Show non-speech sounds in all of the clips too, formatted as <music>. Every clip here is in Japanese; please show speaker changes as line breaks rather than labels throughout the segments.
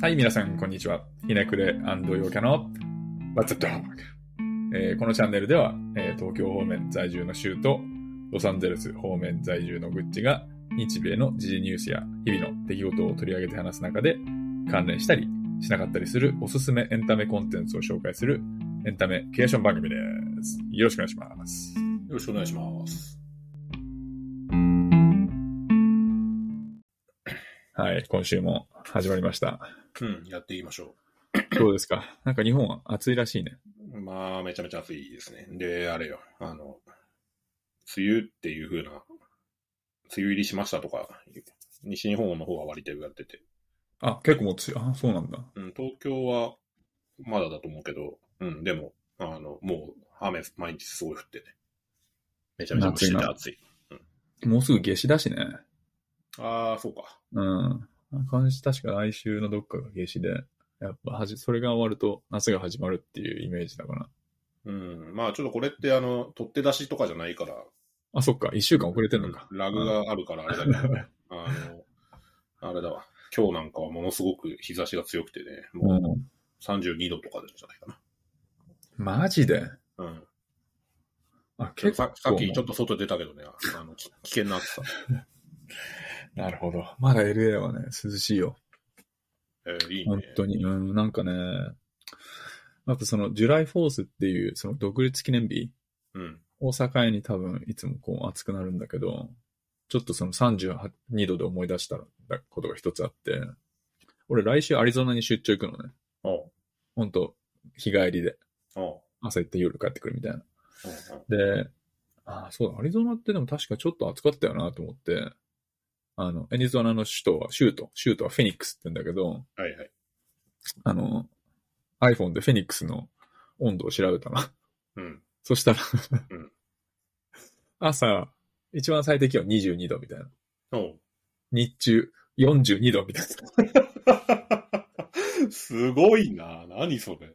はい、皆さん、こんにちは。ひねくれ陽キャの What's Up Dog、えーこのチャンネルでは、えー東京方面在住のシューとロサンゼルス方面在住のグッチが日米の時事ニュースや日々の出来事を取り上げて話す中で関連したりしなかったりするおすすめエンタメコンテンツを紹介するエンタメクリエーション番組です。よろしくお願いします。
よろしくお願いします。
はい、今週も始まりました。
うん、やっていきましょ
どうですかなんか日本は暑いらしいね。
う。まあ、めちゃめちゃ暑いですね。で、あれよ、あの、梅雨っていう風な、梅雨入りしましたとか、西日本の方は割と言われてて、
あ、結構もうつい、あ、そうなんだ。
うん、東京はまだだと思うけど、うん、でも、あの、もう雨、毎日すごい降ってて、めちゃめちゃ蒸してて暑い。
もうすぐ夏至だしね。
ああ、そうか。
うん。感じ、確か来週のどっかが夏至で、やっぱはじ、それが終わると夏が始まるっていうイメージだから。
うん、まあちょっとこれって、あの、取って出しとかじゃないから、
あ、そっか、一週間遅れてんのか。
ラグがある <laughs> からあれだけど、ね、あの、あれだわ。今日なんかはものすごく日差しが強くてね、
う。
もうん32度とかでじゃないか
マジで
な。うん。
あ、
結
結
構
構
さ。さっきちょっと外出たけどね、あの、き危険な暑さ。
なるほど。まだ LA はね、涼しいよ。
えーいい
本
ね。
当に。うん、なんかね、やっぱその、ジュライフォースっていう、その独立記念日
うん。
大阪に多分いつもこう暑くなるんだけど、ちょっとその32度で思い出したことが一つあって、俺来週アリゾナに出張行くのね。
おう
ほんと、日帰りで。
おう
朝行って夜帰ってくるみたいな。
おう
で、ああ、そうだ、アリゾナってでも確かちょっと暑かったよなと思って、あの、アリゾナの首都は、州都、州都はフェニックスって言うんだけど、
おうはいはい。
あの、iPhone でフェニックスの温度を調べたの。 <laughs>
うん。
そしたら、
うん
朝、一番最低気温22度みたいな。
お
<laughs>
う
日中42度みたいな。
すごいな。何それ。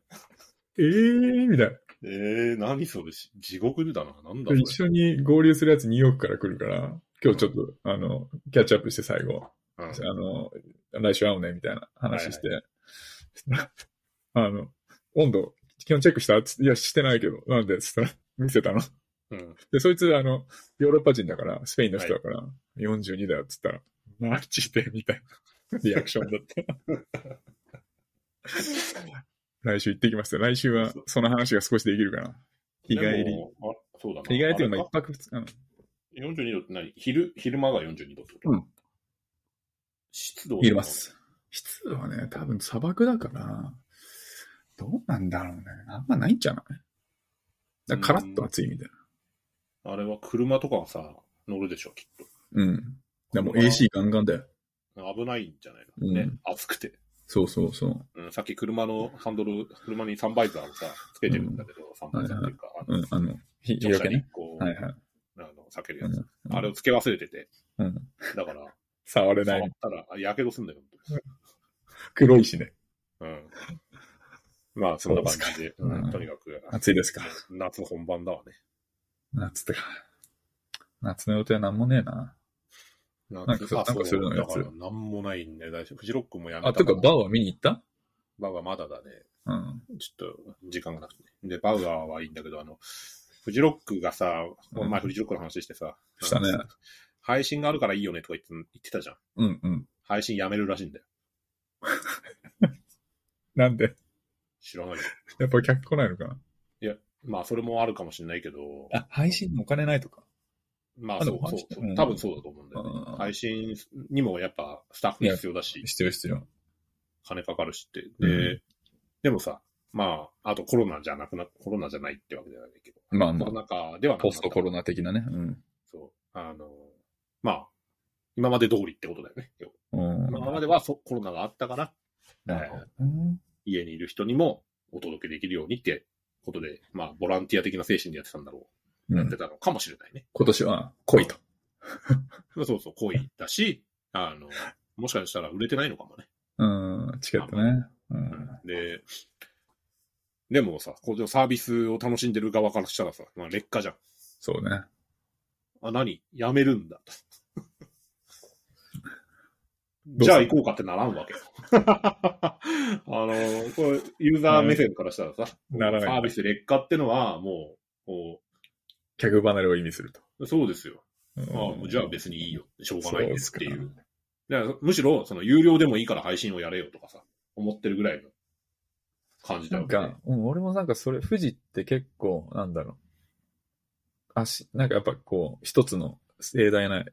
えーみたいな。
えー、何それ。し地獄だな。なんだそれ。
一緒に合流するやつニューヨークから来るから、今日ちょっと、あの、キャッチアップして最後、
うん
あの、来週会うね、みたいな話して、 <laughs> あの、温度、基本チェックしたつっていや、して <laughs> ないけど、なんでつったら、見せたの。
うん。
で、そいつ、あの、ヨーロッパ人だから、スペインの人だから、42だよっつったら、マジでみたいなリアクションだった。来週行ってきますよ。来週は、その話が少しできるかな。日帰
で
り。
も。あそうだな。
日帰りというのは
あ
一泊二日の。
れか42度って何昼、昼間が42度ってこと
うん。
湿度
入れま。す。湿度はね、多分砂漠だから、どうなんだろうね。あんまないんじゃないだからカラッと暑いみたい
あれは車とかがさ、乗るでしょ、きっと。
な。うん。だからもう AC ガンガンだよ。
危ないんじゃないの、
うん
ね。暑くて、
そうそうそう。
うん。さっき車のハンドル、車にサンバイザーをさ、つけてるんだけど、サンバイザーっていうか、あの
うん、あの、日日
乗
よ
車
け
に
ね。
こう、
はいはい。
あの避けるやつ、
うん
あれをつけ忘れてて、
うん。
だから、
触れな
触っ
い。
たら、やけどすんだよ。
黒いしね。
うん。まあ、そんな感じで、
うですか
うんとにかく、
暑いですか。
夏本番だわね。
夏とか。夏の予定はなんもねえな。
夏
なんかそう
あそう
なんかするのや
だ
つ
から、なんもないんで、大丈夫。フジロックもやめた
あ、とか、バウ
ウ
は見に行った
バウはまだだね。
うん。
ちょっと時間がなくて、ね。で、バウアーはいいんだけど、あの、フジロックがさ、この前フジロックの話してさ、
したね
あの配信があるからいいよねとか言って言ってたじゃん。
うんうん。
配信やめるらしいんだよ。
なんで、
知らないよ。
やっぱ客来ないのかな
まあ、それもあるかもしれないけど、
あ、配信のお金ないとか。
ま
あ
あ、
で
そう
も配
そう
信
そう
うん
多分そうだと思うんだよね。
うん
配信にもやっぱスタッフ必要だし、
必要必要。
金かかるしって。で、
う
でもさ、まあ、あとコロナじゃなくな、コロナじゃないってわけじゃないけど、
まあま
コ
あ
ロ、ナ禍ではなくな
ポ
った
ストコロナ的なね。うん。
そう。あの、まあ、今まで通りってことだよね。要は
うん。
今まではそコロナがあったから、
なるほどね
家にいる人にもお届けできるようにってことで、まあ、ボランティア的な精神でやってたんだろ
う
う。やっ
ん
てたのかもしれないね。
今年は来いと。
そうそう、恋だし、あの、もしかしたら売れてないのかもね。
うん、チケットね。うん。
で、でもさ、このサービスを楽しんでる側からしたらさ、まあ、劣化じゃん。
そうね。
あ、何やめるんだ。じゃあ行こうかってならんわけよ。 <laughs> あの、これ、ユーザー目線からしたらさ、
なら
サ
な
ービ
い。
ス劣化ってのは、もう、こ
客離れを意味すると。
う、そうですよ。
うん
ああもうじゃあ別にいいよ。しょうがないですってい
そう
う。だからむしろ、その、有料でもいいから配信をやれよとかさ、思ってるぐらいの感じだ
な
よ
ん
ね。
か、うん、俺もなんかそれ、富士って結構、なんだろう。あし、なんかやっぱこう、一つの盛大な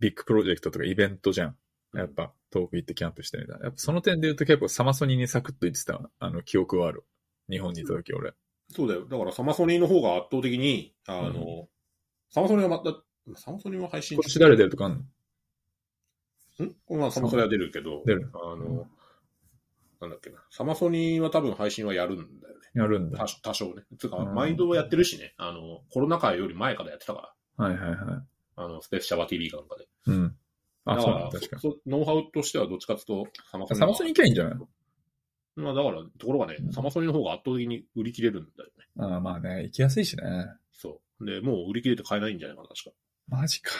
ビッグプロジェクトとかイベントじゃん。やっぱ、遠く行ってキャンプしてみたいな。やっぱその点で言うと結構サマソニにサクッと言ってた、あの、記憶はある。日本にいた時俺。
そうだよ。だからサマソニーの方が圧倒的に、あの、サマソニーはまた、サマソニーは配信
今、年誰出るとかあんの
んまあサマソニーは出るけど、
出る
あ
う
の、なんだっけな。サマソニーは多分配信はやるんだよね。
やるんだ
多。多少ね。つうか、
うん
毎度やってるしね。あの、コロナ禍より前からやってたか
はいはいはい。
ら。あの、スペースシャワー TV かなんかで。
うん。あ、
だ
そ
か
うなん
ら
だ、確か
そノウハウとしてはどっちかっていうと、サマソニー
サマソニー系いいんじゃない
まあだから、ところがね、サマソニーの方が圧倒的に売り切れるんだよね。
に。ああ、まあね、行きやすいしね。
そう。で、もう売り切れて買えないんじゃないかな、確か。
マジか。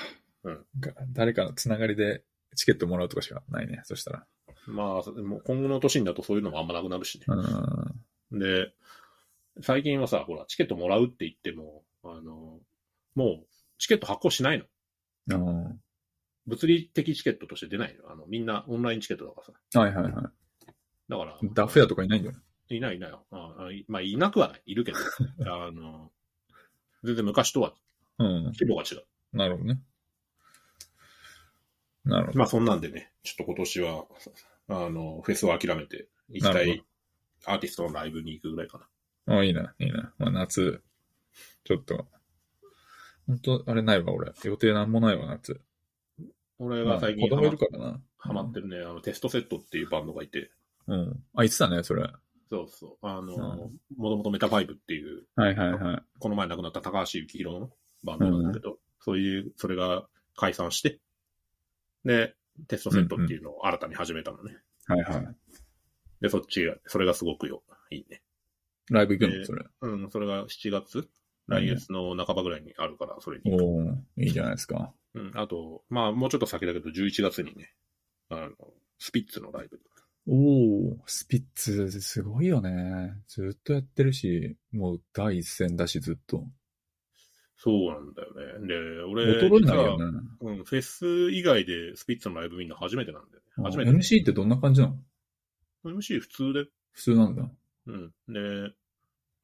うん
なんか。誰かのつながりでチケットもらうとかしかないね。そしたら。
まあ、もう今後の年にだとそういうのもあんまなくなるしね。
うん。
で、最近はさ、ほら、チケットもらうって言っても、あの、もう、チケット発行しないの。
うん
物理的チケットとして出ないの。あの、みんなオンラインチケットだからさ。
はいはいはい。
だから、
ダフ屋とかいないんじゃない
いないいないよ。ああいまあ、いなくはない。
<laughs>
いるけど。あの、全然昔とは
うん。
規模が違う。
なるほどね。なるほど。
まあ、そんなんでね、ちょっと今年は、あの、フェスを諦めて、行きた
なる
いアーティストのライブに行くぐらいかな。
あ、いいな、いいな。まあ夏、ちょっと。本当あれないわ、俺。予定なんもないわ、夏。
俺
ま
が
あ、
最
子
近ハ
供
マ
い
っ
るからな。
ハマってるね、あの、テストセットっていうバンドがいて、
うん。あ、言ってたね、それ。は
そうそう。あ
う
の、
ん
もともとメタファイブっていう、
いはいはい。
この前亡くなった高橋幸宏のバンドなんだけど、そういう、それが解散して、で、テストセットっていうのを新たに始めたのね。
はいはい。
で、そっちが、それがすごくよ、いいね。
ライブ行く
え
の
ー
それ。
うん、それが7月来月の半ばぐらいにあるから、それに。
おおいいじゃないですか。
うん、あと、まあ、もうちょっと先だけど、11月にね、あの、スピッツのライブ。
おおスピッツ、すごいよね。ずっとやってるし、もう第一線だし、ずっと。
そうなんだよね。で、俺、
衰えないよ
実は
ね。
うん、フェス以外でスピッツのライブ見るの初めてなんだよね。初めて。
MC ってどんな感じなの
MC 普通で。
普通なんだ。
うん。で、フ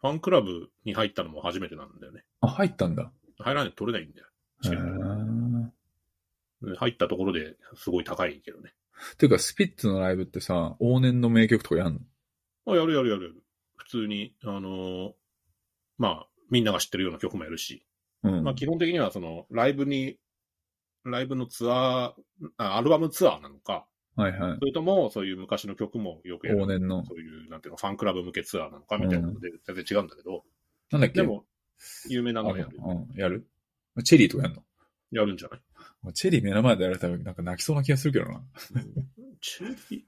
ァンクラブに入ったのも初めてなんだよね。
あ、入ったんだ。
入らないと取れないんだよ。チ
へ
ケッ
ー
トで入ったところですごい高いけどね。
ていうか、スピッツのライブってさ、往年の名曲とかやんの
あ、やるやるやるやる。普通に、あのーまあ、みんなが知ってるような曲もやるし、
うん。
まあ基本的にはその、ライブに、ライブのツアー、あアルバムツアーなのか、
はいはい
そ。れともそういう昔の曲もよくやる
往。年の。
そういう、なんていうの、ファンクラブ向けツアーなのかみたいなので、全然違うんだけど、
なんだっけ
でも、有名な
あ
のやる。
うん、やるチェリーとかやんの
やるんじゃない
もうチェリー目の前でやられたらなんか泣きそうな気がするけどな。
中期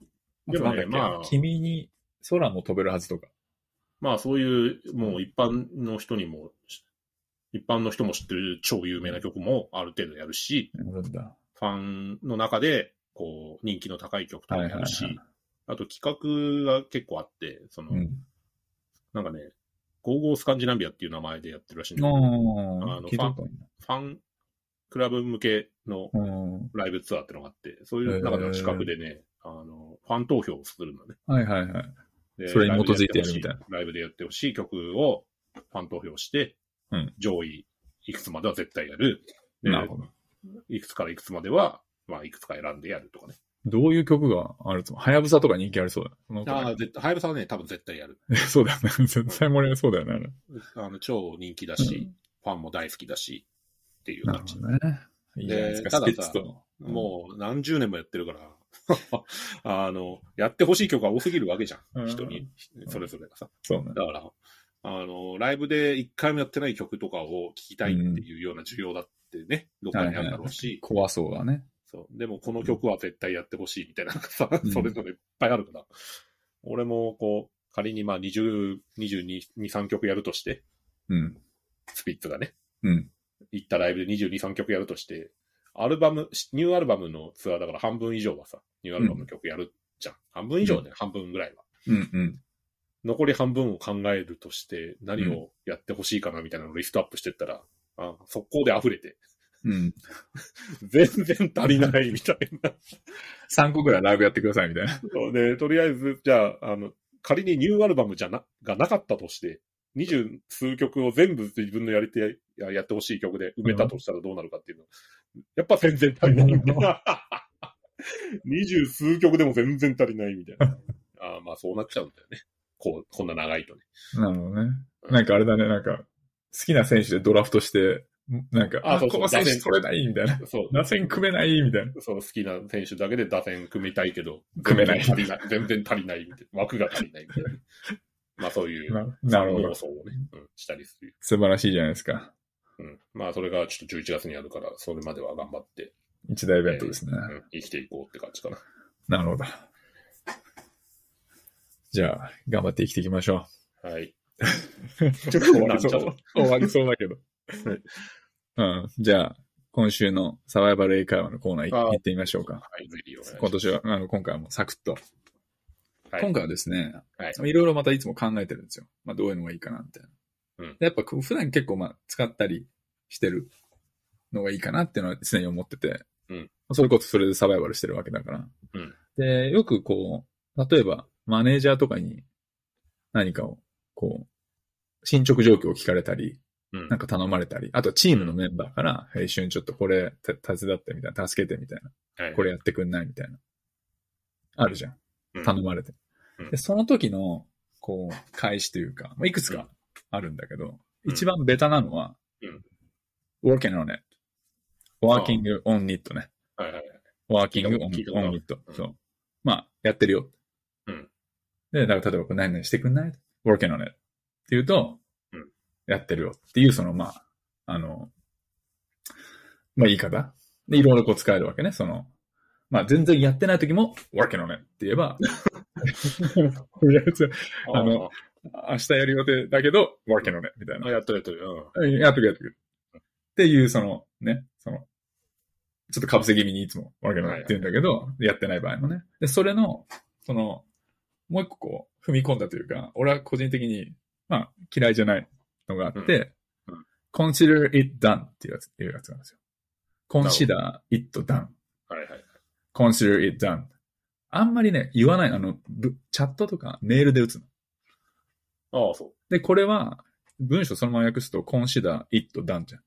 あ
で
となん
も
だ
ね、
っけ、
まあ、
君に空も飛べるはずとか。
まあそういう、もう一般の人にも、一般の人も知ってる超有名な曲もある程度やるし、
やるんだ。
ファンの中で、こう、人気の高い曲とかもあるし、
はいは
あと企画が結構あって、その、
うん。
なんかね、ゴーゴースカンジナビアっていう名前でやってるらしいんだけど、
あ
あ
あ、
の
聞いたことあ
ファンクラブ向けの
るなうん。
ライブツアーってのがあって、そういう中の企画でね、あの、ファン投票をするのね。
はいはいはい。
で
それに基づいてやるみたいな。
ライブでやってほしいライブでやってほしい曲をファン投票して、
うん
上位いくつまでは絶対やる。で
なるほど。
いくつからいくつまでは、まあ、いくつか選んでやるとかね。
どういう曲があるつもりはやぶさとか人気ありそうだ。その
あ
他
あ、絶対、ハヤブさんはね、多分絶対やる。
<laughs> そうだよね。 <laughs> 絶対盛り上がりそうだよね。あれ
あの、超人気だし、ファンも大好きだし、っていう
なる
感
ほ
じ。
どね。いいじゃないですか、
で
スピッツとの。
もう何十年もやってるから、 <laughs> あの、やってほしい曲が多すぎるわけじゃ。
うんん
人に、それぞれがさ。
そうね。
だから、あの、ライブで一回もやってない曲とかを聴きたいっていうような需要だってね、どっかにあるだろうし、
怖そうだね。
そう。でもこの曲は絶対やってほしいみたいなのがさ
う、ん
それぞれいっぱいあるから。俺もこう、仮にまあ20、22、3曲やるとして、
うん。
スピッツがね、
うん。
行ったライブで22、3曲やるとして、アルバム、しニューアルバムのツアーだから半分以上はさ、ニューアルバムの曲やるじゃん。半分以上で、半分ぐらいは。
うんうん。
残り半分を考えるとして、何をやってほしいかなみたいなのをリストアップしてったら、あ速攻で溢れて、 <laughs>
うん。
全然足りないみたいな。
3個ぐらいライブやってくださいみたいな。
そうね、とりあえず、じゃあ、あの、仮にニューアルバムじゃな、がなかったとして、二十数曲を全部自分のやりて、ややってほしい曲で埋めたとしたらどうなるかっていうの。やっぱ全然足りないみたいな。二十数曲でも全然足りないみたいな。あーまあそうなっちゃうんだよね。こう、こんな長いとね。
<laughs> なるほどね。なんかあれだね、なんか、好きな選手でドラフトして、なんか、
あそうそう
この選
打
手
線
取れないみたいな。
そう。
打線組めないみたいな。
そう、好きな選手だけで打線組みたいけど、
組めない
全然足りない。全然足りないみたいな。枠が足りないみたいな。まあそういう、
ななるほど
妄。想をね、うん、したりする。
素晴らしいじゃないですか。
うん。まあ、それがちょっと11月にあるから、それまでは頑張って、
一大イベントですね。
うん、生きていこうって感じかな。
なるほど。 <laughs> じゃあ、頑張って生きていきましょ <laughs>
はい。
う。
ちょっと終わりそ
<laughs>
う。
終わりそうだけど。うん。じゃあ、今週のサバイバル英会話のコーナーい
あー
行ってみましょうか。
はい、ぜひお願いします。
今年は、あの、今回はもうサクッと。
はい
今回はですね、
はい
いろいろまたいつも考えてるんですよ。まあ、どういうのがいいかな、みたいな。
うん
でやっぱこう普段結構まあ、使ったりしてるのがいいかなっていうのは常に思ってて、
うん
それこそそれでサバイバルしてるわけだから。
うん
で、よくこう、例えば、マネージャーとかに何かを、こう、進捗状況を聞かれたり、
うん
なんか頼まれたり、あとはチームのメンバーから、えー一緒にちょっとこれ手手伝ってみたいな、助けてみたいな。
は
<laughs>
い、
これやってくんないみたいな。あるじゃん。
うん
頼まれて
うん。
で、その時の、こう、返しというか、まあいくつかあるんだけど、
うん
一番ベタなのは、working on it. working on it ね。
はいはいはい。
working on
聞いたことある
on it
う。ん
そう。まあ、やってるよ。
うん
で、だから例えばこれ何々してくんない ?working on it. って言うと
うん、
やってるよっていう、その、まあ、あの、まあ、言い方。で、いろいろこう使えるわけね。その、まあ、全然やってない時も、working on it って言え
<laughs>
ば、とりあえずあの明日やる予定だけど、working on it みたい
あ、
な。
やっとるやっとる。うん。
やっとくやっとく。っていう、その、ね、その、ちょっとかぶせ気味にいつも working on it って言うんだけど、やってない場合もね。で、それの、その、もう一個こう、踏み込んだというか、俺は個人的に、まあ、嫌いじゃないのがあって、
うんうん
consider it done っていうやつ、いうやつなんですよ。consider it done.
はいはい。
consider it done. あんまりね、言わない。あの、ぶチャットとかメールで打つの。
ああ、そ
で、これは、文章そのまま訳すと、consider it done じゃん。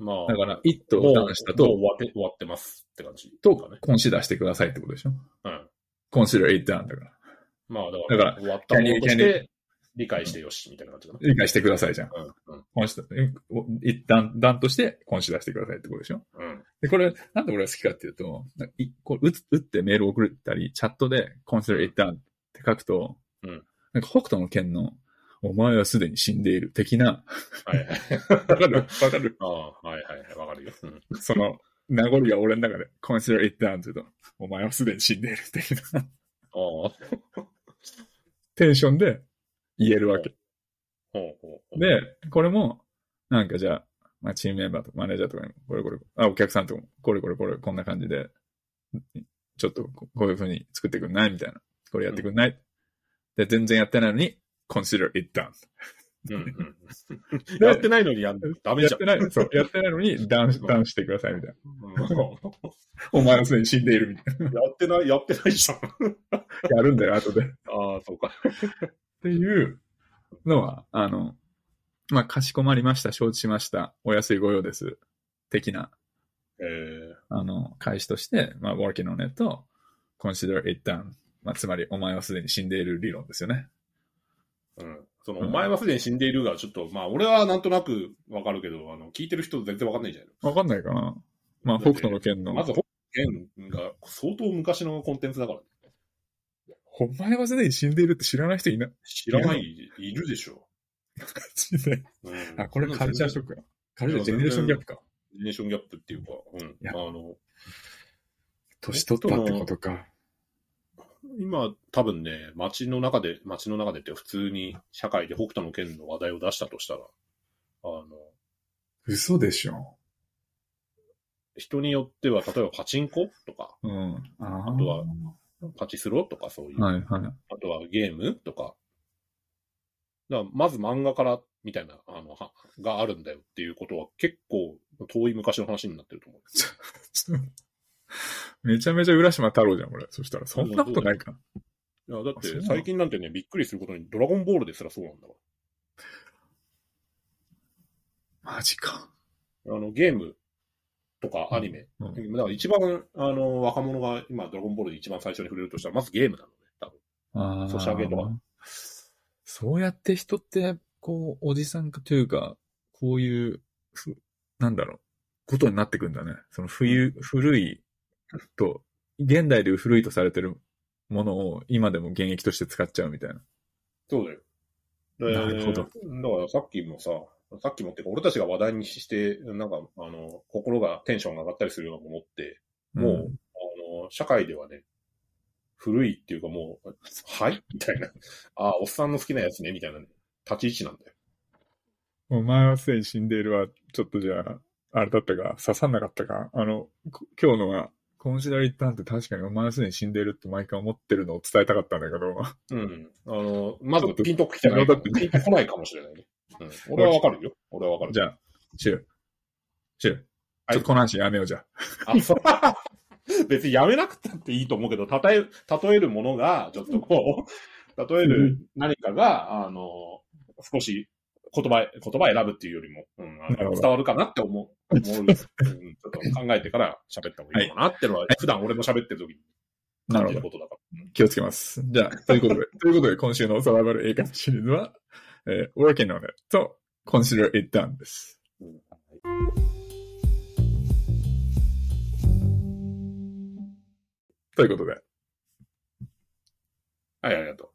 う。まあ、
だから、it
もう
done した
もう
と、
終わって、終わってますって感じ。
と
かね。、
consider してくださいってことでしょ
うん。
?consider it done だから。
まあ、だか
だ
ら、
から
終わったものとし
can you- can
て、理解してよし、みたいな感じかな。
理解してくださいじゃん。
うん、うん、
consider it done, done として、consider してくださいってことでしょ
うん。
で、これ、なんで俺が好きかっていうと、なんかいこう打つ打ってメール送ったり、チャットで consider it done って書くと、
うん
なんか北斗の剣の、お前はすでに死んでいる的な、
はいはい。
わかるわかる
ああ、はいはいはい。わかるよ。うん。
その、名残が俺の中で、consider it done って言うと、お前はすでに死んでいる的な <laughs>
ああ。ほう
テンションで言えるわけ。
ほうほう。
で、これも、なんかじゃあ、まあ、チームメンバーとかマネージャーとかにも、これこれ、あ、お客さんとかも、これこれこれ、こんな感じで、ちょっとここういう風に作ってくんないみたいな。これやってくんない、で、全然やってないのに、consider it done.
うん
<laughs>
うん、やってないのにやんダメ
やっ
じゃん
て。ない、そう、やってないの <laughs> に、ダウン、ダウンしてくださいみたいな。
うん
お前はすでに死んでいるみたい
やってない、やってないじゃん。
な。やるんだよ、後で。っ
ああ、そうか。
ていうのは、あの、まあ、かしこまりました、承知しました、お安いご用です、的な
えー、
あの、開始として、まあ、working on it と consider it done。まあ、つまり、お前はすでに死んでいる理論ですよね。
うん。その、お前はすでに死んでいるが、ちょっと、まあ、俺はなんとなくわかるけど、あの、聞いてる人全然わかんないじゃない
わかんないかなまあ、北斗の剣の、
まず、本件が相当昔のコンテンツだから、
お前はすでに死んでいるって知らない人いない。
知らない、いるでしょ。
マジで。
う
<laughs>
ん、
あ、これカルチャーショックや。カルチャージ
全
ェ
然
ネレーションギャップか。
ジェネレーションギャップっていうか、うん。
や
あの、
年取ったってことか。
今、多分ね、街の中で、街の中でって普通に社会で北斗の剣の話題を出したとしたら、あの、
嘘でしょ。
人によっては、例えばパチンコとか、
うん。あ
あとはパチスロとかそういう、
あ。はいはい。 <laughs>
あとはゲームとか、だからまず漫画からみたいな、あの、はがあるんだよっていうことは結構遠い昔の話になってると思う。
めちゃめちゃ浦島太郎じゃん、俺。そしたら、そんなことないかな。
いや、だっ
あそうなの
て最近なんてね、びっくりすることにドラゴンボールですらそうなんだわ。
マジか。
あの、ゲームとかアニメ。
うんう
だから一番、あの、若者が今ドラゴンボールで一番最初に触れるとしたら、まずゲームなのね、多分。
ああ。
ソシャゲとか。
そうやって人って、こう、おじさんというか、こういう、ふなんだろう、ことになってくんだね。その冬、古いと、現代でいう古いとされてるものを今でも現役として使っちゃうみたいな。
そうだよ。で
なるほど
だからさっきもさ、さっきもってか、俺たちが話題にして、なんか、あの、心がテンションが上がったりするようなものって、もう、あの、社会ではね、古いっていうかもう、はいみたいな。ああ、おっさんの好きなやつね、みたいなね。立ち位置なんだよ。
お前はすでに死んでいるわ。ちょっとじゃあ、あれだったか、刺さんなかったか。あの、こ今日のは、コンシダリったんって確かにお前はすでに死んでいるって毎回思ってるのを伝えたかったんだけど、
うん。あの、まずピンと来てない。
ちょっと
ピンと来ないかもしれないね。うん。俺はわかるよ。俺はわか
<laughs>
る。
じゃあ、シュウ。シュウ。ちょっとこの話やめようじゃあ。
あ、そう。 <laughs> 別にやめなくたっていいと思うけど、たとえ、例えるものが、ちょっとこう、例える何かが、あの、少し言葉、言葉選ぶっていうよりも、うん、あ
なる
の
ほど
伝わるかなって思う。思ううん <laughs> ちょっと考えてから喋った方がいいのかなってのは、普段俺も喋ってる時に
な
感
る
じ
ほ
る
ど。
ことだから。
気をつけます。じゃあ、ということで、 <laughs> ということで、今週のサバイバル映画シリーズは、えー、Working on It と Consider It Done です。
うん
ということで。
はい、ありがと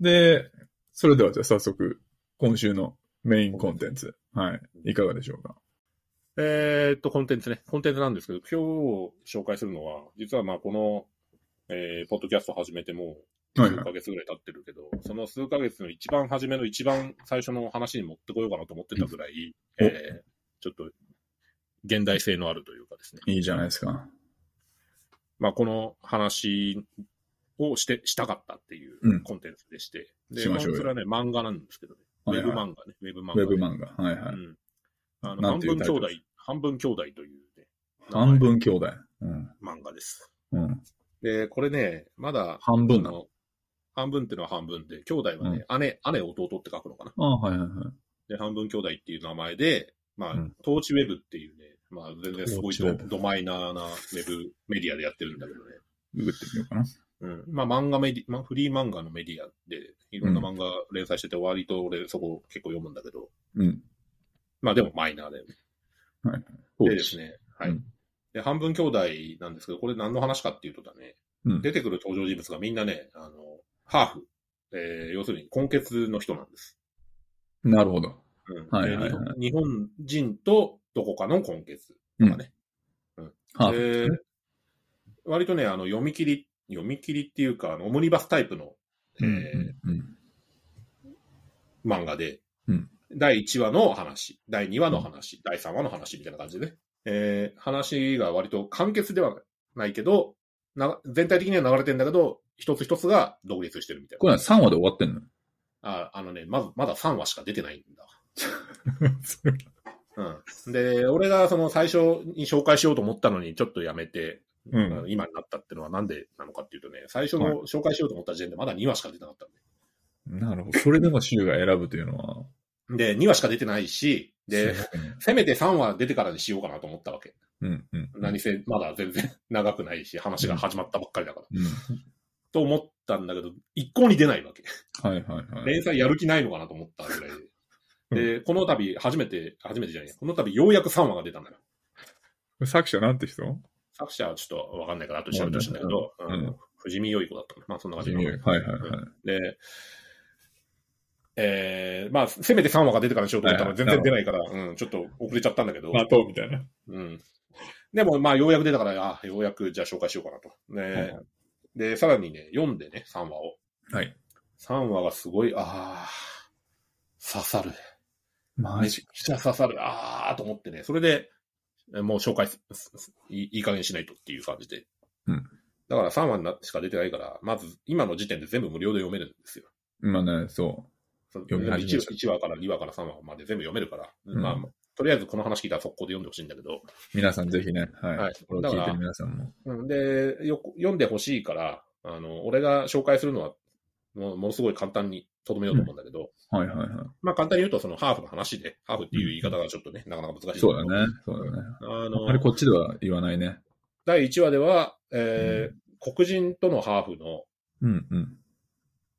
で、それではじゃあ早速、今週のメインコンテンツ。はい。いかがでしょうか。
う。えーっと、コンテンツね。コンテンツなんですけど、今日紹介するのは、実はまあ、この、えーポッドキャスト始めてもう、
はい
数
はい。
ヶ月ぐらい経ってるけど、その数ヶ月の一番初めの一番最初の話に持ってこようかなと思ってたぐらい、
うん
えーちょっと現代性のあるというかですね。
いいじゃないですか。
まあ、この話をして、したかったっていううんコンテンツでして。
し
で、
ましょうよ
それはね、漫画なんですけどね。ウ
はい
ェ
はい
ブ漫画ね。ウェブ漫画
ウ
ね、
ェブ漫画。はいはい。
うん。あの、
なん
半
ていう
分
タイ
兄
トル
弟、半分兄弟という、ね、
半分兄弟。うん。
漫画です。
うん。
で、これね、まだ、
半分な
あ
の。
の半分っていうのは半分で、兄弟はね、姉、姉弟って書くのかな。
ああ、はいはいはい。
で、半分兄弟っていう名前で、まあ、
うん
トーチウェブっていうね、まあ、全然すごい
トーチウェ
ド
ブ
ドマイナーなウェブメディアでやってるんだけどね。
ググってみようかな。
うん。まあ、漫画メディ、まあ、フリー漫画のメディアで、いろんな漫画連載してて、割と俺そこ結構読むんだけど、
うん。
まあ、でもマイナーだよね。
そう
で
で
ですすね、はい。
うん
で、半分兄弟なんですけど、これ何の話かっていうとだね、
うん
出てくる登場人物がみんなね、あの、ハーフ、えー、要するに混血の人なんです。
なるほど。
うん。
はいはいはい
で日本日本人とどこかの混血とかね。
は
えー割とね、あの、読み切り、読み切りっていうか、あの、オムニバスタイプの、え
うん
ー
うん
漫画で、
うん
第1話の話、第2話の話、第3話の話みたいな感じでね、えー話が割と簡潔ではないけど、な全体的には流れてんだけど、一つ一つが独立してるみたい
こ
な。
れは3話で終わってんの
ああのね、まず、まだ3話しか出てないんだ。
それ
うん。で、俺がその最初に紹介しようと思ったのにちょっとやめて、
うん
今になったってのはなんでなのかっていうとね、最初の紹介しようと思った時点でまだ2話しか出てなかったん
なるほど。それでも州が選ぶというのは。
で。で、2話しか出てないし、で、
すごいね
せめて3話出てからにしようかなと思ったわけ。
うんうん。
何せ、まだ全然 <laughs> 長くないし、話が始まったばっかりだから。
うん
と思ったんだけど、一向に出ないわけ。
はいはいはい。
連載やる気ないのかなと思ったぐらいで。で、この度、初めて、初めてじゃないやこの度、ようやく3話が出たんだよ。
作者なんて人
作者はちょっとわかんないから、後で調べてほしいんだけど、
んないうん
うん藤見よい子だったかなまあ、そんな感じ
はいはいはいはい。
で、えー、まあ、せめて3話が出てからにしようと思ったら
はいは
全
い
然出ないから、うん、ちょっと遅れちゃったんだけど。
まとうみたいな。
うん。でも、まあ、ようやく出たから、あ、ようやく、じゃあ紹介しようかなと。
はい
ね
は。
で、さらにね、読んでね、3話を。
はい。
3話がすごい、あー、刺さる。
マ
めっちゃ刺さる。あーと思ってね。それで、えもう紹介すすすいい、いい加減しないとっていう感じで。
うん。
だから3話なしか出てないから、まず今の時点で全部無料で読めるんですよ。
まあね、そ
そ
読み始めました
1, 話から2話から3話まで全部読めるから、
うん
まあ、とりあえずこの話聞いたら速攻で読んでほしいんだけど、
う。皆さんぜひね、はい。
はい
これを聞いてる皆さんも。
うん、で、よく読んでほしいから、あの、俺が紹介するのは、もうものすごい簡単にとどめようと思うんだけど、
はいはいはい。
まあ簡単に言うと、そのハーフの話で、ハーフっていう言い方がちょっとね、なかなか難しいんけど
そうだ。ね。そうだね。
あ
あんまり
の、
こっちでは言わないね。
第1話では、えー黒人とのハーフの、
うんうん。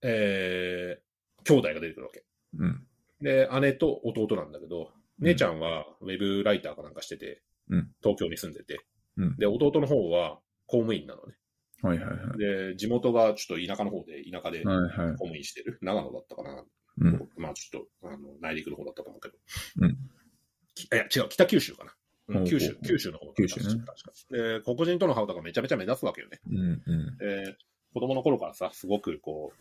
えー兄弟が出てくるわけ。
うん。
で、姉と弟なんだけど、姉ちゃんはウェブライターかなんかしてて、
うん
東京に住んでて、
うん
で、弟の方は公務員なのね。
はいはいはい。
で、地元がちょっと田舎の方で、田舎で公
はいはい。
務員してる。長野だったかな。
うん。
まあちょっと、あの、内陸の方だったと思うけど。
うん
きいや、違う、北九州かな。うん
ほうほう
九州、九州の方だった
九州ね
確かで、黒人とのハーフがめちゃめちゃ目立つわけよね。
うんうん。
えー子供の頃からさ、すごくこう、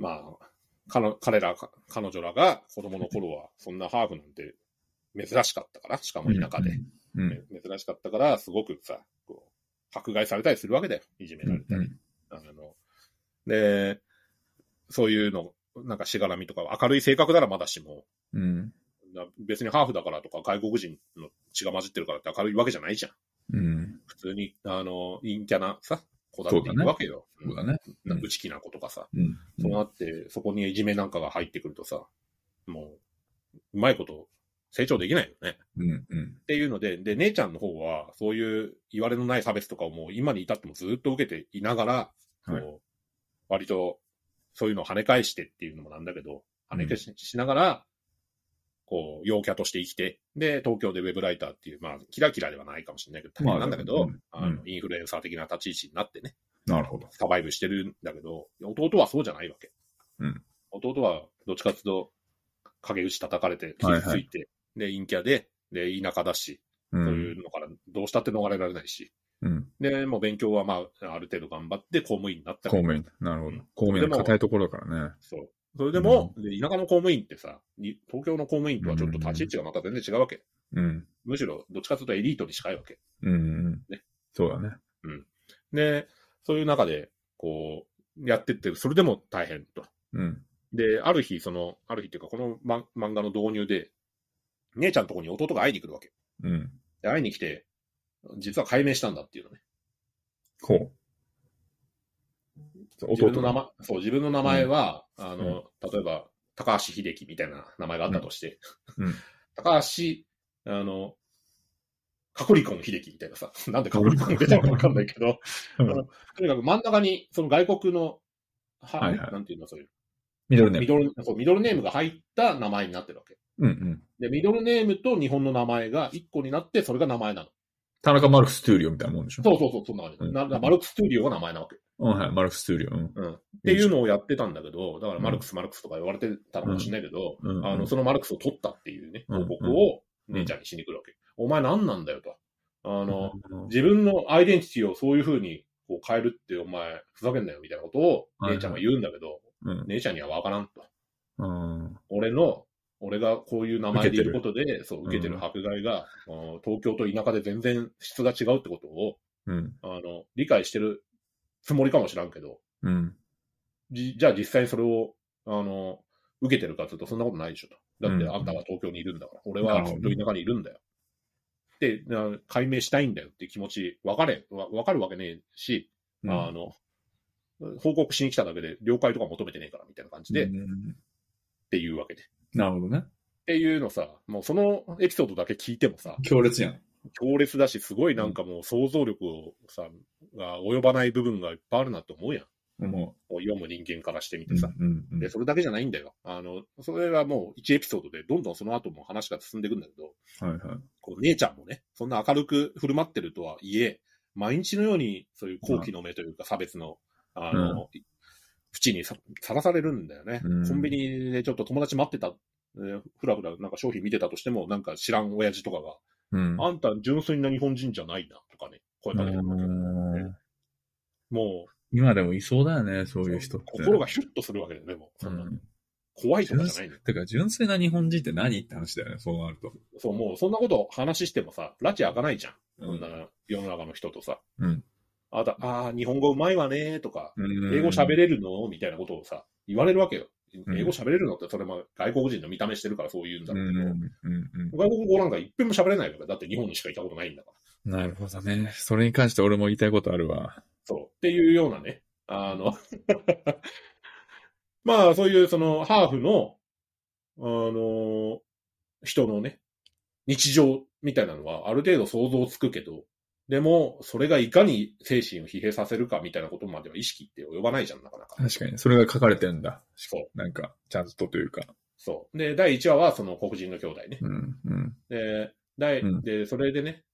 まあ、彼の彼ら、か彼女らが子供の頃は、そんなハーフなんて珍しかったから、しかも田舎で、
うん。うん
め珍しかったから、すごくさ、こう、迫害されたりするわけだよ。いじめ
う
られ
ん
たり。あの、で、そういうの、なんかしがらみとか、明るい性格ならまだしも、
うん。
な別にハーフだからとか、外国人の血が混じってるからって明るいわけじゃないじゃん。
うん。
普通に、あの、陰キャなさ、子だっているわけよ。
そうだね。
な
うん
内気な子とかさ、
うん。
そうなって、そこにいじめなんかが入ってくるとさ、もう、うまいこと成長できないよね。
うんうん。
っていうので、で、姉ちゃんの方は、そういう言われのない差別とかをもう今に至ってもずっと受けていながら、こう
はい
割と、そういうのを跳ね返してっていうのもなんだけど、跳ね返ししながら、こう、陽キャとして生きて、で、東京でウェブライターっていう、まあ、キラキラではないかもしれないけど、大変なんだけど、
まあ
あ
うん
のインフルエンサー的な立ち位置になってね、
なるほど。
サバイブしてるんだけど、弟はそうじゃないわけ。
うん
弟は、どっちかっていうと、陰口叩かれて、
はいは
傷
い
ついて、で、陰キャで、で、田舎だし、
う。
そうんいうのからどうしたって逃れられないし、
うん。
で、もう勉強はまあ、ある程度頑張って公務員になった
公
けど
務員。なるほど。公務員の硬いところだからね。
そう。それでも、で田舎の公務員ってさ、に東京の公務員とはちょっと立ち位置がまた全然違うわけ。
うん。
むしろ、どっちかというとエリートに近いわけ。
うんうん。
ね
そうだね。
で、そういう中で、こう、やってって、それでも大変と。
うん。
で、ある日、その、ある日っていうか、このま漫画の導入で、姉ちゃんのとこに弟が会いに来るわけ。
うん。
で、会いに来て、実は解明したんだっていうのね。
こう。そう
自分
弟
の
が
名前、そう、自分の名前は、あの、例えば、高橋秀樹みたいな名前があったとして、
うんうん
<laughs> 高橋、あの、カコリコン秀樹みたいなさ、 <laughs> なんでカコリコン出たのかわかんないけ
<laughs>
ど、
うん
とにかく真ん中に、その外国の、は
はいはい
なんていうの、そういう、
ミドルネ
ミ
ーム。
ドル、そう、ミドルネームが入った名前になってるわけ。
うんうん。
で、ミドルネームと日本の名前が1個になって、それが名前なの。
田中マルクス・トゥーリオみたいなもんでしょ
そうそうそう、そんな感じ。
うん
なマルクス・トゥーリオが名前なわけ。っ
うん、はい。マルクス・トゥーリオ。うん。
うん
って
いうのをやってたんだけど、だからマルクス、マルクスとか言われてたかもしれないけど、
うんうん
あの、そのマルクスを取ったっていうね、
うん
報告を姉ちゃんにしに来るわけ。お前何なんだよと。あの、
うん
自分のアイデンティティをそういう風にこう変えるってお前、ふざけんなよみたいなことを姉ちゃんが言うんだけど、
うん。
姉ちゃんにはわからんと。
うん。
俺の、俺がこういう名前でいることで、そう、受けてる迫害が、あの東京と田舎で全然質が違うってことを、
うん。
あの、理解してるつもりかもしらんけど、
うん。
じじゃあ実際それを、あの、受けてるかというとそんなことないでしょと。だって
うん
あんたは東京にいるんだから、俺
な
は
るほ
ず
ど
っと田舎にいるんだよ。で、な解明したいんだよっていう気持ち、わかれ、わわかるわけねえし、あの、報告しに来ただけで了解とか求めてねえからみたいな感じで、
う
っ
ん
ていうわけで。っ
なるほどね。
ていうのさ、もうそのエピソードだけ聞いてもさ、
強烈やん。
強烈だし、すごいなんかもう想像力をさ、が及ばない部分がいっぱいあるなって思うやん。
も
こう読む人間からしてみ
う。
てさ。
うんうん
で、それだけじゃないんだよ。あの、それはもう1エピソードで、どんどんその後も話が進んでいくんだけど、
はいはい。
こう姉ちゃんもね、そんな明るく振る舞ってるとはいえ、毎日のようにそういう好奇の目というか差別の、あの、淵にささらされるんだよね。
うん
コンビニでちょっと友達待ってた、えーふらふらなんか商品見てたとしても、なんか知らん親父とかが、
うん。
あんた純粋な日本人じゃないな、とかね、声かけてくるわけ。
うん
も
今でもいそうだよね、そう
う
いう人って。
心がヒュッとするわけだよね、もう。
うん
怖いとかじゃないの。
てか、純粋な日本人って何って話だよね、そうなると。
そう、もうそんなこと話してもさ、拉致開かないじゃん。
うん
そんな世の中の人とさ。
うん
あと、ああ、日本語うまいわねーとか、
うん
英語喋れるのみたいなことをさ、言われるわけよ。
ん
英語喋れるのって、それも外国人の見た目してるからそう言うんだ
うん
ろ
う
うけど、
んうん
外国語なんか一遍も喋れないから、だって日本にしかいたことないんだから。
うん。なるほどね。それに関して俺も言いたいことあるわ。
そう。っていうようなね。あの、まあ、そういう、その、ハーフの、あの、人のね、日常みたいなのは、ある程度想像つくけど、でも、それがいかに精神を疲弊させるかみたいなことまでは意識って及ばないじゃん、なかなか。
確かに。それが書かれてるんだ。
そう。
なんか、ちゃんとというか。
そう。で、第1話は、その黒人の兄弟ね。
うん、うん。
で、第
うん
で、それでね、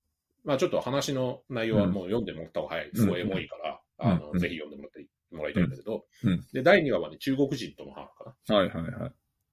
まあちょっと話の内容はもう読んでもらった方が早い。
うん
すごいエモいから、
ん
あの、
うん
ぜひ読んでもらってもらいたいんだけど、
うん
で、第2話はね、中国人とのハーフかな。
はいはいは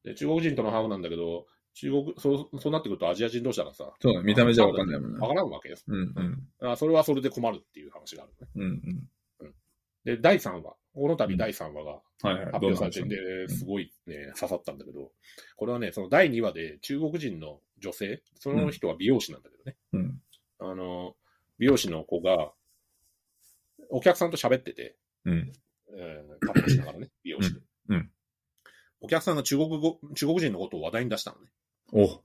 い。
で、中国人とのハーフなんだけど、中国、そう、そうなってくるとアジア人同士だからさ、
そうだね、見た目じゃわかんないもん
わ
ね。
からんわけです。
うん、うん、
あそれはそれで困るっていう話があるね。
うん、うん。
で、第3話。この度第3話が
はいはい。ど
発
う
表
な
さ
ん
れ
でしてょうね
て、すごいね、刺さったんだけど、これはね、その第2話で中国人の女性、その人は美容師なんだけどね。
うん。
あの、美容師の子が、お客さんと喋ってて、
うん。
えー、カップルしながらね、美容師で。
うんうん
お客さんが中国語、中国人のことを話題に出したのね。
お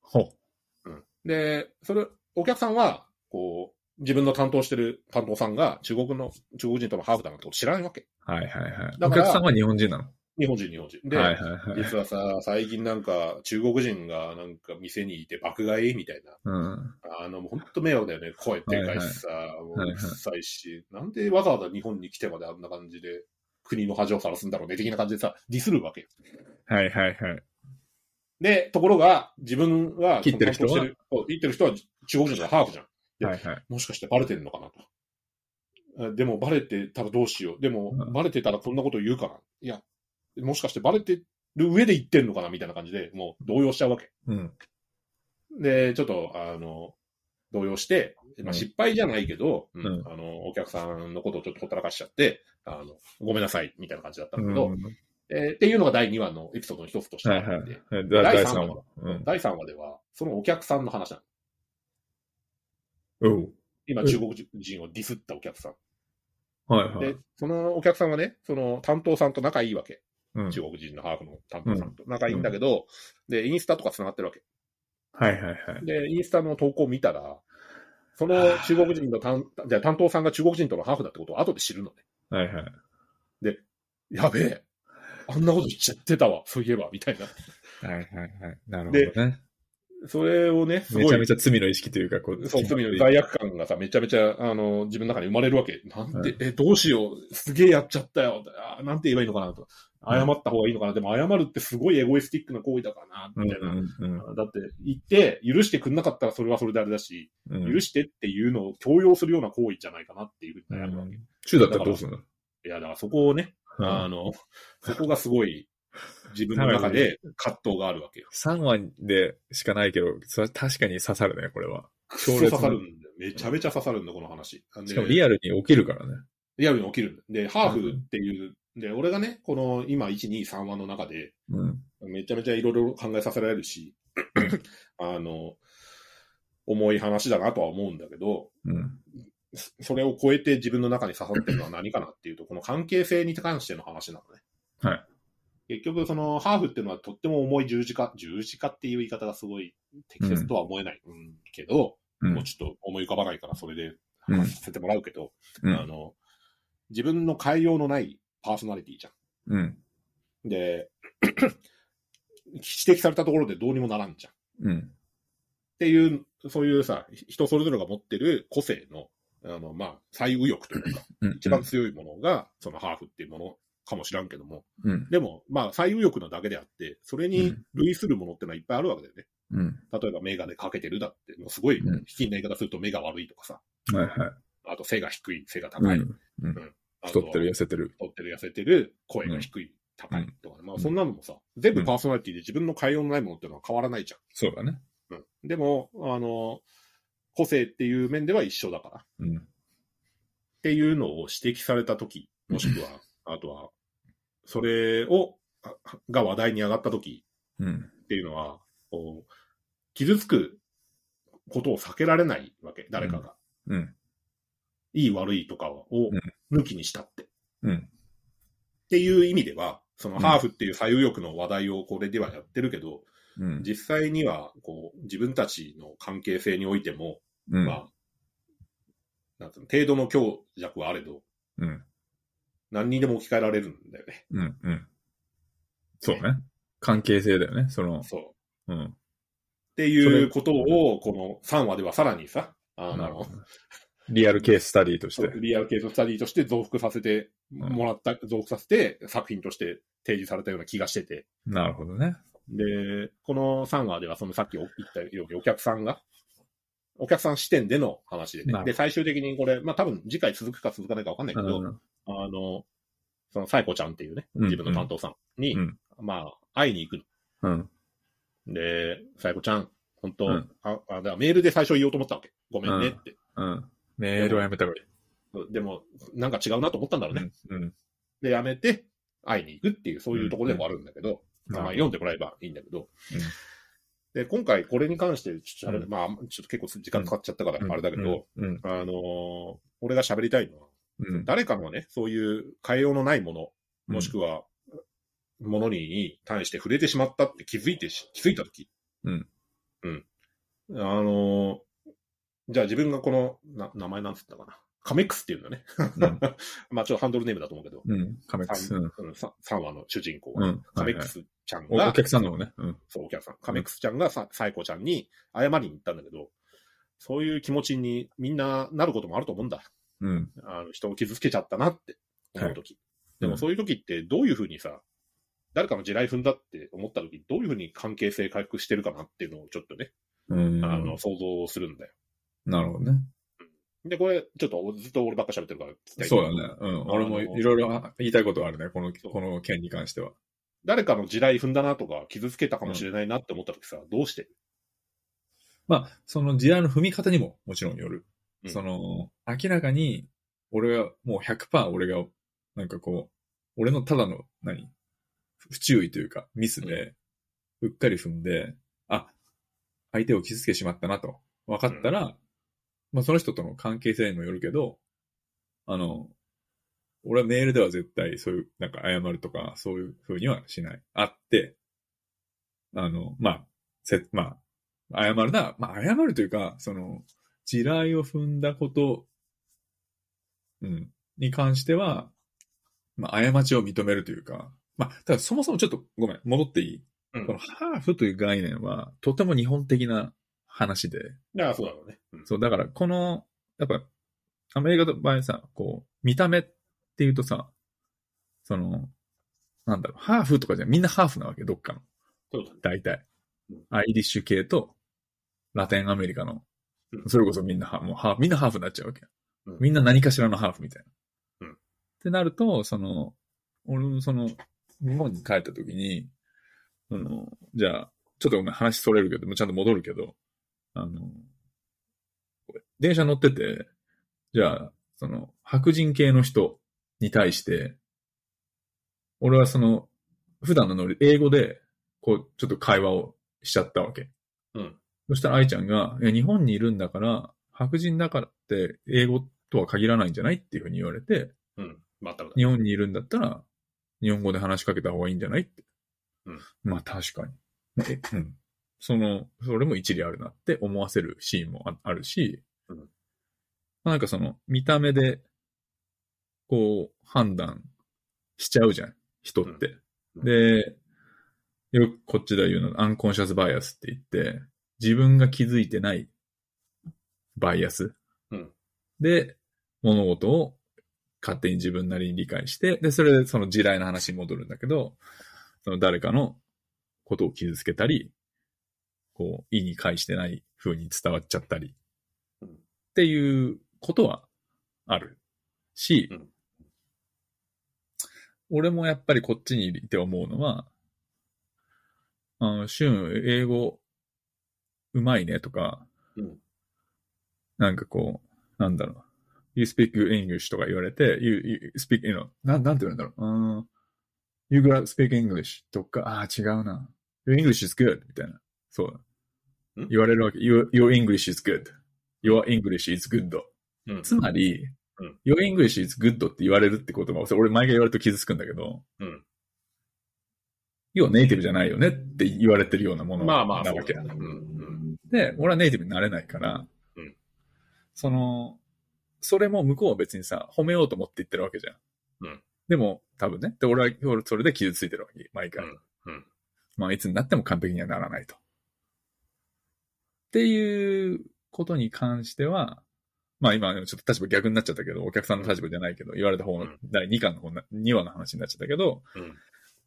ほ
うん。で、それ、お客さんは、こう、自分の担当してる担当さんが中国の、中国人とのハーフだなんてこと知らないわけ。
はいはいはい。
だ
お
から
客さんは日本人なの
日本人、日本人。で、
はいはいはい。
実はさ、最近なんか、中国人がなんか店にいて爆買いみたいな。
うん。
あの、本当迷惑だよね。声でかいしさ、も
はいうはいう
るさいし、なんでわざわざ日本に来てまであんな感じで、国の恥をさらすんだろうね、的な感じでさ、ディスるわけよ。
はいはいはい。
で、ところが、自分は、
切ってる人は
その担当してるそう切ってる人は中国人のハーフじゃん。
はいはい。
もしかしてバレてるのかなと。あでも、バレてたらどうしよう。でも
う、ん
バレてたらこんなこと言うかな。いや、もしかしてバレてる上で言ってんのかな、みたいな感じで、もう動揺しちゃうわけ。
うん。
で、ちょっと、あの、動揺して、ま
うん
あ、失敗じゃないけど、うん
うん
あの、お客さんのことをちょっとほったらかしちゃって、あの、ごめんなさい、みたいな感じだったんだけど、
うん
えーっていうのが第2話のエピソードの一つとしてあって、
はいはだ
第
第
3
3
話
話。うん。
第3話では、そのお客さんの話なの。
おう
今、中国人をディスったお客さん。
はいはい
で。、そのお客さんはね、その担当さんと仲いいわけ。
うん
中国人のハーフの担当さんと仲いいんだけど、で、インスタとか繋がってるわけ。
はいはいはい。
で、インスタの投稿を見たら、その中国人の担じゃあ担当さんが中国人とのハーフだってことを後で知るのね。
はいはい。
やべえ。あんなこと言っちゃってたわ、そういえば、みたいな。
はいはいはい。なるほどね。
それをね、す
め
ご
ちゃめ
い、
ちゃ罪の意識というか、こう、
そう、罪の罪悪感がさ、めちゃめちゃ、あの、自分の中に生まれるわけ。なんで、
うん
え、どうしよう、すげえやっちゃったよ、あーなんて言えばいいのかなと。謝った方がいいのかな、でも謝るってすごいエゴイスティックな行為だから
うん
な、みたいな。
うん
だって、言って、許してくんなかったらそれはそれであれだし、
うん。
許してっていうのを強要するような行為じゃないかなっていうふうに悩むわけ。
中だったらどうするの
いや、だからそこをね、あの、そこがすごい自分の中で葛藤があるわけよ。
3話でしかないけど、それは確かに刺さるね、これは。
く
強烈
そ
な
刺さるんだよ。めちゃめちゃ刺さるんだ、この話。
しかもリアルに起きるからね。
リアルに起きるんだ。で、ハーフっていう、で、俺がね、この今、1、2、3話の中で、
うん。
めちゃめちゃいろいろ考えさせられ
<clears throat>
るし、あの、重い話だなとは思うんだけど、
うん。
そそれを超えて自分の中に刺さってるのは何かなってい
<laughs>
うと、この関係性に関しての話なのね。
はい。
結局、その、ハーフっていうのはとっても重い十字架、十字架っていう言い方がすごい適切とは思えない、うんけど、
うん
もうちょっと思い浮かばないからそれで
うん
話させてもらうけど、
う
あ
ん。
の、自分の変えようのないパーソナリティじゃ
うん。
ん。で、 <clears throat> 指摘されたところでどうにもならんじゃん。っ
うん。
ていう、そういうさ、ひ人それぞれが持ってる個性の、あの、まあ、最右翼というか、
うん。
一番強いものが、そのハーフっていうものかもしらんけども、
うん。
でも、まあ、最右翼なだけであって、それに類するものってのはいっぱいあるわけだよね。
うん。
例えば、メガネかけてるだって、もうすごい、
うん
卑近な言い方すると目が悪いとかさ、
はいは
あと背が低い、背が
い。
高い、
うん。
あ
太
と
ってる、痩せてる。
太ってる、痩せてる、声が低い、高いとかね、まあ、そんなのもさ、全部パーソナリティで自分の変えようのないものっていうのは変わらないじ
そうだね。
ゃん。うん。でも、あの、個性っていう面では一緒だか
う
ら。
ん。
っていうのを指摘されたとき、もしくは、あとは、それをあが話題に上がった時
うん。
っていうのは、こう傷つくことを避けられないわけ、誰かが。
うん。
いい悪いとかを抜きにしたって。
うん。
っていう意味では、その
うん
ハーフっていう左右翼の話題をこれではやってるけど、
うん。
実際には、こう、自分たちの関係性においても、
うん。
まあ、なんつうの、程度の強弱はあれど、
うん。
何にでも置き換えられるんだよね。
うん。うん。そうね。関係性だよね。その、
そう。っ
うん。
ていうことを、この3話ではさらにさ、あの、
リアルケーススタディとして。
リアルケーススタディとして増幅させてもらった、増幅させて作品として提示されたような気がしてて。
なるほどね。
で、この3話では、そのさっきお言ったようにお客さんが、お客さん視点での話で
な
ね。
る
で、最終的にこれ、まあ多分次回続くか続かないかわかんないけ
う
ど、
ん。
あの、そのサイコちゃんっていうね、
うん
自分の担当さんに、
うん
まあ、会いに行く
うん。
の。で、サイコちゃん、本当、
うん
ああだからメールで最初言おうと思ったわけ。ごめんねって。
うん。メールはやめた方がいい。
でも、なんか違うなと思ったんだろうね。
うん。
で、やめて、会いに行くっていう、そういうところでもあるんだけど、まあ、
うん。
読んでもらえばいいんだけど、で、今回これに関して、ちょっと喋る
うん
まあ、ちょっと結構時間かかっちゃったから、あれだけど、
うん。
あのー俺が喋りたいのは、
うん。
誰かのね、そういう変えようのないもの、もしくは、ものに対して触れてしまったって気づいてし、気づいたとき。
うん。
うん。あのーじゃあ自分がこの、な、名前なんつったかな。カメックスっていうんだね。
うん。
<laughs> まあちょっとハンドルネームだと思うけど、
うん。カメックス。うん。
うん、さ3話の主人公
う
は、
ん。
カメックスちゃん
お
が、
お客さんの方ね。うん。
そう、お客さん。カメックスちゃんがさ、サイコちゃんに謝りに行ったんだけど、そういう気持ちにみんななることもあると思うんだ。
うん。
あの、人を傷つけちゃったなって思うとき。で
う
も
ん
そういうときってどういうふうにさ、誰かの地雷踏んだって思ったとき、どういうふうに関係性回復してるかなっていうのをちょっとね、
うん。
あの、想像するんだよ。
なるほどね。
で、これ、ちょっとずっと俺ばっか喋ってるから聞きたい。
そうだね。うん。俺もいろいろ言いたいことはあるね。この、この件に関しては。
誰かの地雷踏んだなとか、傷つけたかもしれないなって思ったときさ、どうして
まあ、その地雷の踏み方にももちろんよる。
うん
その、明らかに、俺が、もう100%俺が、なんかこう、俺のただの、何不注意というか、ミスで、うっかり踏んで、あ、相手を傷つけてしまったなと、分かったら、まあその人との関係性にもよるけど、あの、俺はメールでは絶対そういう、なんか謝るとか、そういう風にはしない。あって、あの、まあ、せ、まあ、謝るな、まあ謝るというか、その、地雷を踏んだこと、うん、に関しては、まあ、過ちを認めるというか、まあ、ただそもそもちょっと、ごめん、戻っていい、
うん
このハーフという概念は、とても日本的な話で、
いや、そうだろうね。うん
そう、だから、この、やっぱ、アメリカの場合さ、こう、見た目っていうとさ、その、なんだろう、ハーフとかじゃんみんなハーフなわけ、どっかの。
そうだね。
大体
うん。
アイリッシュ系と、ラテンアメリカの
う、ん
それこそみんなハーフ、もうハーフ、みんなハーフになっちゃうわけ。
うん
みんな何かしらのハーフみたいな。
うん
ってなると、その、俺もその、日本に帰った時に、あの、じゃあ、ちょっとごめん、話それるけど、もうちゃんと戻るけど、あの、電車乗ってて、じゃあ、その、白人系の人に対して、俺はその、普段のノリ、英語で、こう、ちょっと会話をしちゃったわけ。
うん。
そしたら愛ちゃんが、いや、日本にいるんだから、白人だからって英語とは限らないんじゃないっていうふうに言われて、
うん。また、
日本にいるんだったら、日本語で話しかけた方がいいんじゃないって。
うん。
まあ確かに。え、うん。その、それも一理あるなって思わせるシーンもああるし、
うん
まあなんかその、見た目で、こう、判断しちゃうじゃん、人って。
うん
で、よくこっちでは言うの、アンコンシャスバイアスって言って、自分が気づいてないバイアス。
うん
で、物事を勝手に自分なりに理解して、で、それでその地雷の話に戻るんだけど、その誰かのことを傷つけたり、こう、意に介してない風に伝わっちゃったり、
うん
っていうことはあるし、
うん
俺もやっぱりこっちにいて思うのは、あの、シュン、英語、うまいねとか、
うん
なんかこう、なんだろう、you speak English とか言われて、you, you speak, you know, なん、なんて言うんだろう、うーん、 You gotta speak English とか、ああ、違うな。Your English is good みたいな。そうだ。
ん
言われるわけ。Your, your English is good.Your English is good.
うん
つまり、
うん
Your English is good って言われるって言葉を、それ俺毎回言われると傷つくんだけど、
うん
要はネイティブじゃないよねって言われてるようなもの
まあまあ、
な
そう
わけ。
だね。うんうん
で、俺はネイティブになれないから、
うん
その、それも向こうは別にさ、褒めようと思って言ってるわけじゃん。
うん
でも、多分ね。で、俺は俺それで傷ついてるわけ、毎回。
うん
まあ、いつになっても完璧にはならないと。っていうことに関しては、まあ今、ちょっと立場逆になっちゃったけど、お客さんの立場じゃないけど、言われた方の
うん
第2巻の方な、2話の話になっちゃったけど、
うん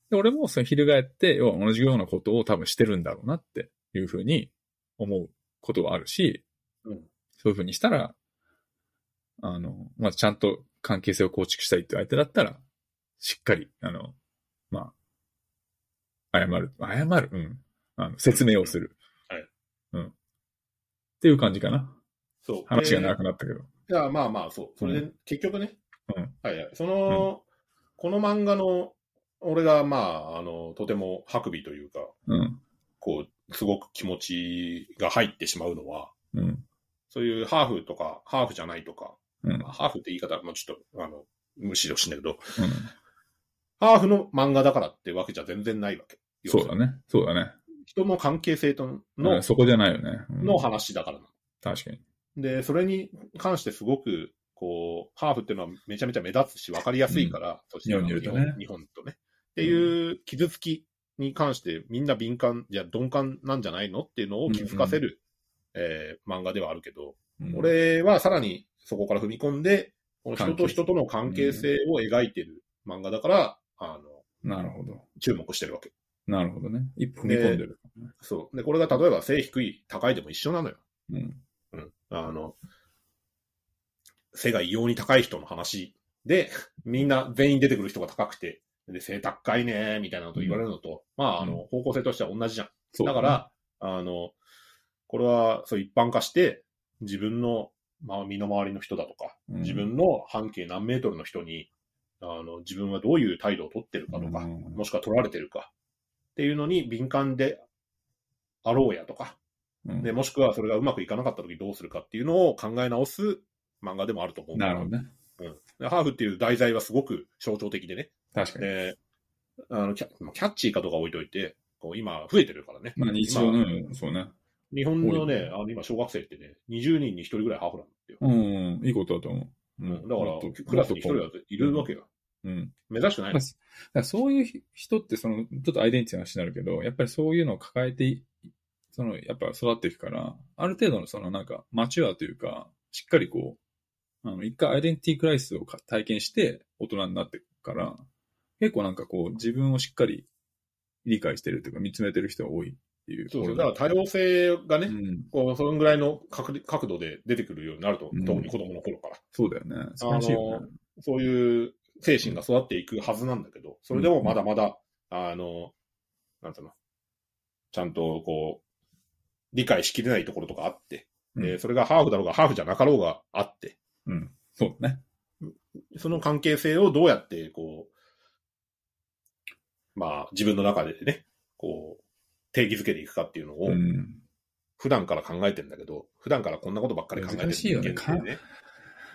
で俺もその翻って、要は同じようなことを多分してるんだろうなっていうふうに思うことはあるし、
うん
そういうふうにしたら、あの、まあ、ちゃんと関係性を構築したいって相手だったら、しっかり、あの、まあ、謝る。謝る。うん。あの説明をする。
はい。
うん。っていう感じかな。
そう。
話が長
く
くなったけど。
いや、まあまあ、そう。それで、結局ね。
うん
はいはい。その、この漫画の、俺が、まあ、あの、とても、ハクビというか、
うん。
こう、すごく気持ちが入ってしまうのは、
うん。
そういうハーフとか、ハーフじゃないとか、
うん。
まあハーフって言い方もうちょっと、あの、無視してほしいんだけど、
う
ハーフの漫画だからってわけじゃ全然ないわけ。
ん。そうだね。そうだね。
人の関係性と
う
の
ん、そこじゃないよね。うん
の話だからな
確かに。
で、それに関してすごく、こう、ハーフっていうのはめちゃめちゃ目立つし、分かりやすいから、そして
日本にいるとね
日本とね。っていう傷つきに関してみんな敏感、じゃ鈍感なんじゃないのっていうのを気づかせる、えー漫画ではあるけど、
うん、
俺はさらにそこから踏み込んで、この人
関
と
係性
人との関係性を描いてる漫画だから、あの、
なるほど。
注目してるわけ。
なるほどね。一歩踏み込んでる。
そう。で、これが例えば背低い、高いでも一緒なのよ。
うん。
うん。あの、背が異様に高い人の話で、 <laughs> みんな全員出てくる人が高くて、で、背高いね、みたいなこと言われるのと、まあ、あの、方向性としては同じじゃん。
そう
だ
ね
から、あの、これは、そう一般化して、自分の、まあ、身の回りの人だとか、
うん
自分の半径何メートルの人に、あの、自分はどういう態度を取ってるかとか、
うん
もしくは取られてるか、っていうのに敏感であろうやとか、
うん
で、もしくはそれがうまくいかなかった時どうするかっていうのを考え直す漫画でもあると思う。
なるほどね。
でハーフっていう題材はすごく象徴的でね。
確かに。
で、あのキャキャッチーかとか置いといて、こう今増えてるからね。
まあ日常の、うんそうね。
日本のね、あの今小学生ってね、20人に1人ぐらいハーフなんだよ。
うん、いいことだと思う。う
だ
ん、
から、クラスに1人
だ
だといるわけよ。
うん。
目指してない
だ
の。
からそういうひ人って、その、ちょっとアイデンティティの話になるけど、やっぱりそういうのを抱えてい、その、やっぱ育っていくから、ある程度のそのなんか、マチュアというか、しっかりこう、あの、一回アイデンティティクライシスをか体験して、大人になっていくから、結構なんかこう、自分をしっかり理解してるというか、見つめてる人が多いっていう。
そうそう。
俺
だ
の
から多様性がね、
うん、
こう、そのぐらいの角角度で出てくるようになると、
うん
特に子供の頃から。
そうだよね。素晴らしいよね。
そういう精神が育っていくはずなんだけど、それでもまだまだ、あの、なんていうの、ちゃんとこう、理解しきれないところとかあって、
うん
でそれがハーフだろうがハーフじゃなかろうがあって、
うん。そうだね。
その関係性をどうやって、こう、まあ自分の中でね、こう、定義づけていくかっていうのを
う、ん。
普段から考えてんだけど、普段からこんなことばっかり考えてる
難しいよね
人間って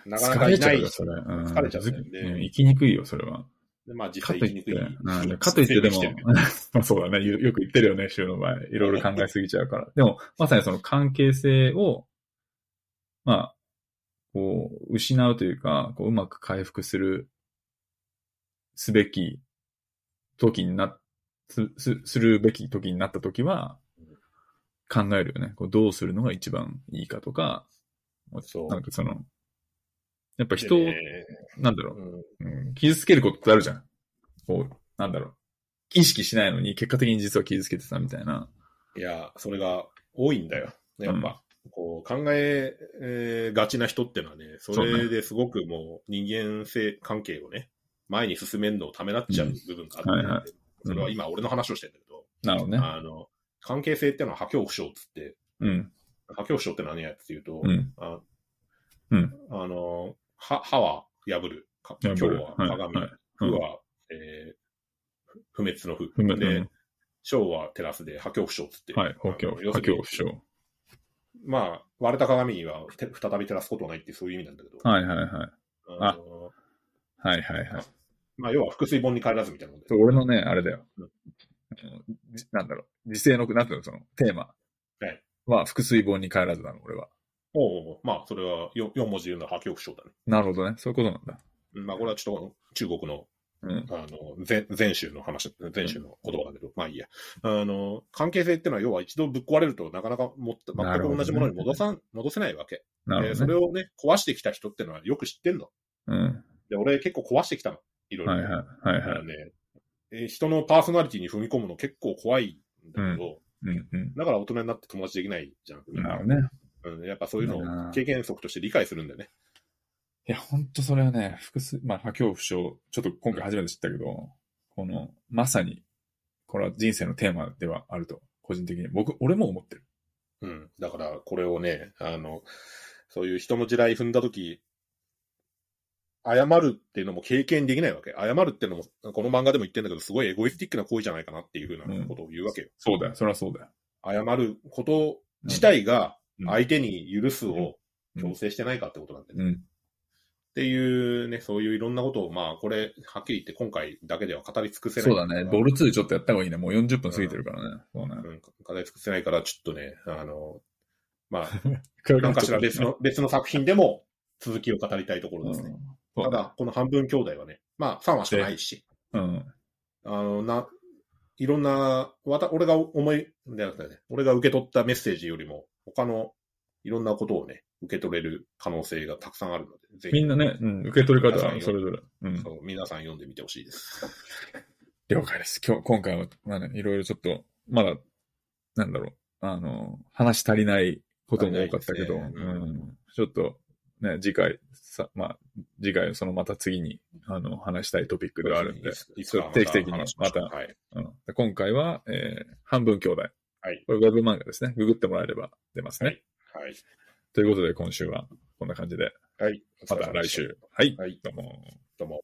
なかな
疲
か
れ
い
ちゃ
な
う
い
よ、
し
そ、れ。うん
疲れちゃうんだよね
うん生きにくいよ、それは。
でまあ実
か
際
と
生
い
きに
っ
く
て、
い。
うんかといってでも、 <laughs> まあそうだね、よよく言ってるよね、週の場合。いろいろ考えすぎちゃうから。でも、まさ <laughs> にその関係性を、まあ、こう、失うというか、こう、うまく回復する、すべき時にな、す、す、するべき時になった時は、考えるよね。こうどうするのが一番いいかとか、
そう
なんかその、やっぱ人を、
でね
なんだろう、
うん
うん傷つけることってあるじゃん。こう、なんだろう。意識しないのに結果的に実は傷つけてたみたいな。
いや、それが多いんだよ。やっぱ、こう考ええーがちな人ってのはね、そ
そう
れ
ね
ですごくもう人間性関係をね、前に進めるのをためらっちゃう部分があって、
うんはいは
それは今俺の話をしてるんだけど、
なるほどね。
あの、関係性ってのは破恐怖症っつって、
うん。
破恐怖症って何やっていうと、
うん。
あ
うん
あの、歯歯は破る、か
破
今
る
日は
はい
鏡、
はい
服
うん
は、えー不滅の不。
不滅う
で
ん、
章はテラスで破鏡不祥っつって。
はい、補強、
あの要
補
する
強
に
不詳。
まあ、割れた鏡にはて再び照らすことはないってそういう意味なんだけど。
はいはいはい。あ
の
はいはいはい。
まあ、要は複水本に帰らずみたいなもんで。
俺のね、あれだよ
うん。
あのじなんだろう。時勢の、なんていうの、その、テーマ
はい
は、複水本に帰らずなの、俺は。
おうおうまあ、それは 4, 四文字言うのは破局章だね。
なるほどね。そういうことなんだ。
うんまあ、これはちょっとあの中国の、
うん。
あの、前、前週の話、前週の言葉だけど、まあいいや。あの、関係性っていうのは要は一度ぶっ壊れるとなかなかもっと全
なるほどね
く同じものに戻さん、戻せないわけ。
な
で
るほ
そ
ど、ね
れ。をね、壊してきた人ってのはよく知ってんの。で、俺結構壊してきたの。いろ
う
い
ん。
ろ。
はいはい。はい
あ
は
の
い。
ね、えー人のパーソナリティに踏み込むの結構怖いんだけど、
うんうん。
だから大人になって友達できないじゃん。みん
な
な
るほどね。
うん、やっぱそういう
だ
の
な
を経験則として理解するんだよね。
いや、ほんとそれはね、複数、まあ、破鏡不詳、ちょっと今回初めて知ったけど、この、まさに、これは人生のテーマではあると、個人的に。僕、俺も思ってる。
うん。だからこれをね、あの、そういう人の地雷踏んだとき、謝るっていうのも経験できないわけ。謝るっていうのも、この漫画でも言ってんだけど、すごいエゴイスティックな行為じゃないかなっていうふうなことを言うわけよ。
そうだよ。それはそうだよ。
謝ること自体が
うん
相手に許すを
うん
強制してないかってことなんだよね。
うん。
っていうね、そういういろんなことを、まあ、これ、はっきり言って今回だけでは語り尽くせない。
そうだね。ボル2ちょっとやった方がいいね。もう40分過ぎてるからね。そうね。
うん、語り尽くせないから、ちょっとね、あの、
<laughs>
まあ、
な
何かしら別の、別の作品でも続きを語りたいところですね。
うん
ただ、この半分兄弟はね、まあ、3話しかないし、
うん。
あの、な、いろんな、わた、俺が思い、ではなくてね、俺が受け取ったメッセージよりも、他のいろんなことをね、受け取れる可能性がたくさんあるので、ぜひ、
みんなね、うん、受け取り方はそれぞれ。うん。
そう皆さん読んでみてほしいです。
了解です。今日、今回は、まあね、いろいろちょっと、まだ、なんだろう、あの、話足りないことも多かったけど、
足りないです
う
ねうん
ん、ちょっと、ね、次回、さ、まあ、次回、そのまた次に、あの、話したいトピックではあるんで、
いつかまた
定期的に
話ししょう
また
はい。
うん、で今回は、えー、半分兄弟。
はい
これウェブ漫画ですね。ググってもらえれば出ますね。
はいはい。
ということで、今週はこんな感じで、
はい。
また来。週。はい。
はい
どうも。
どうも。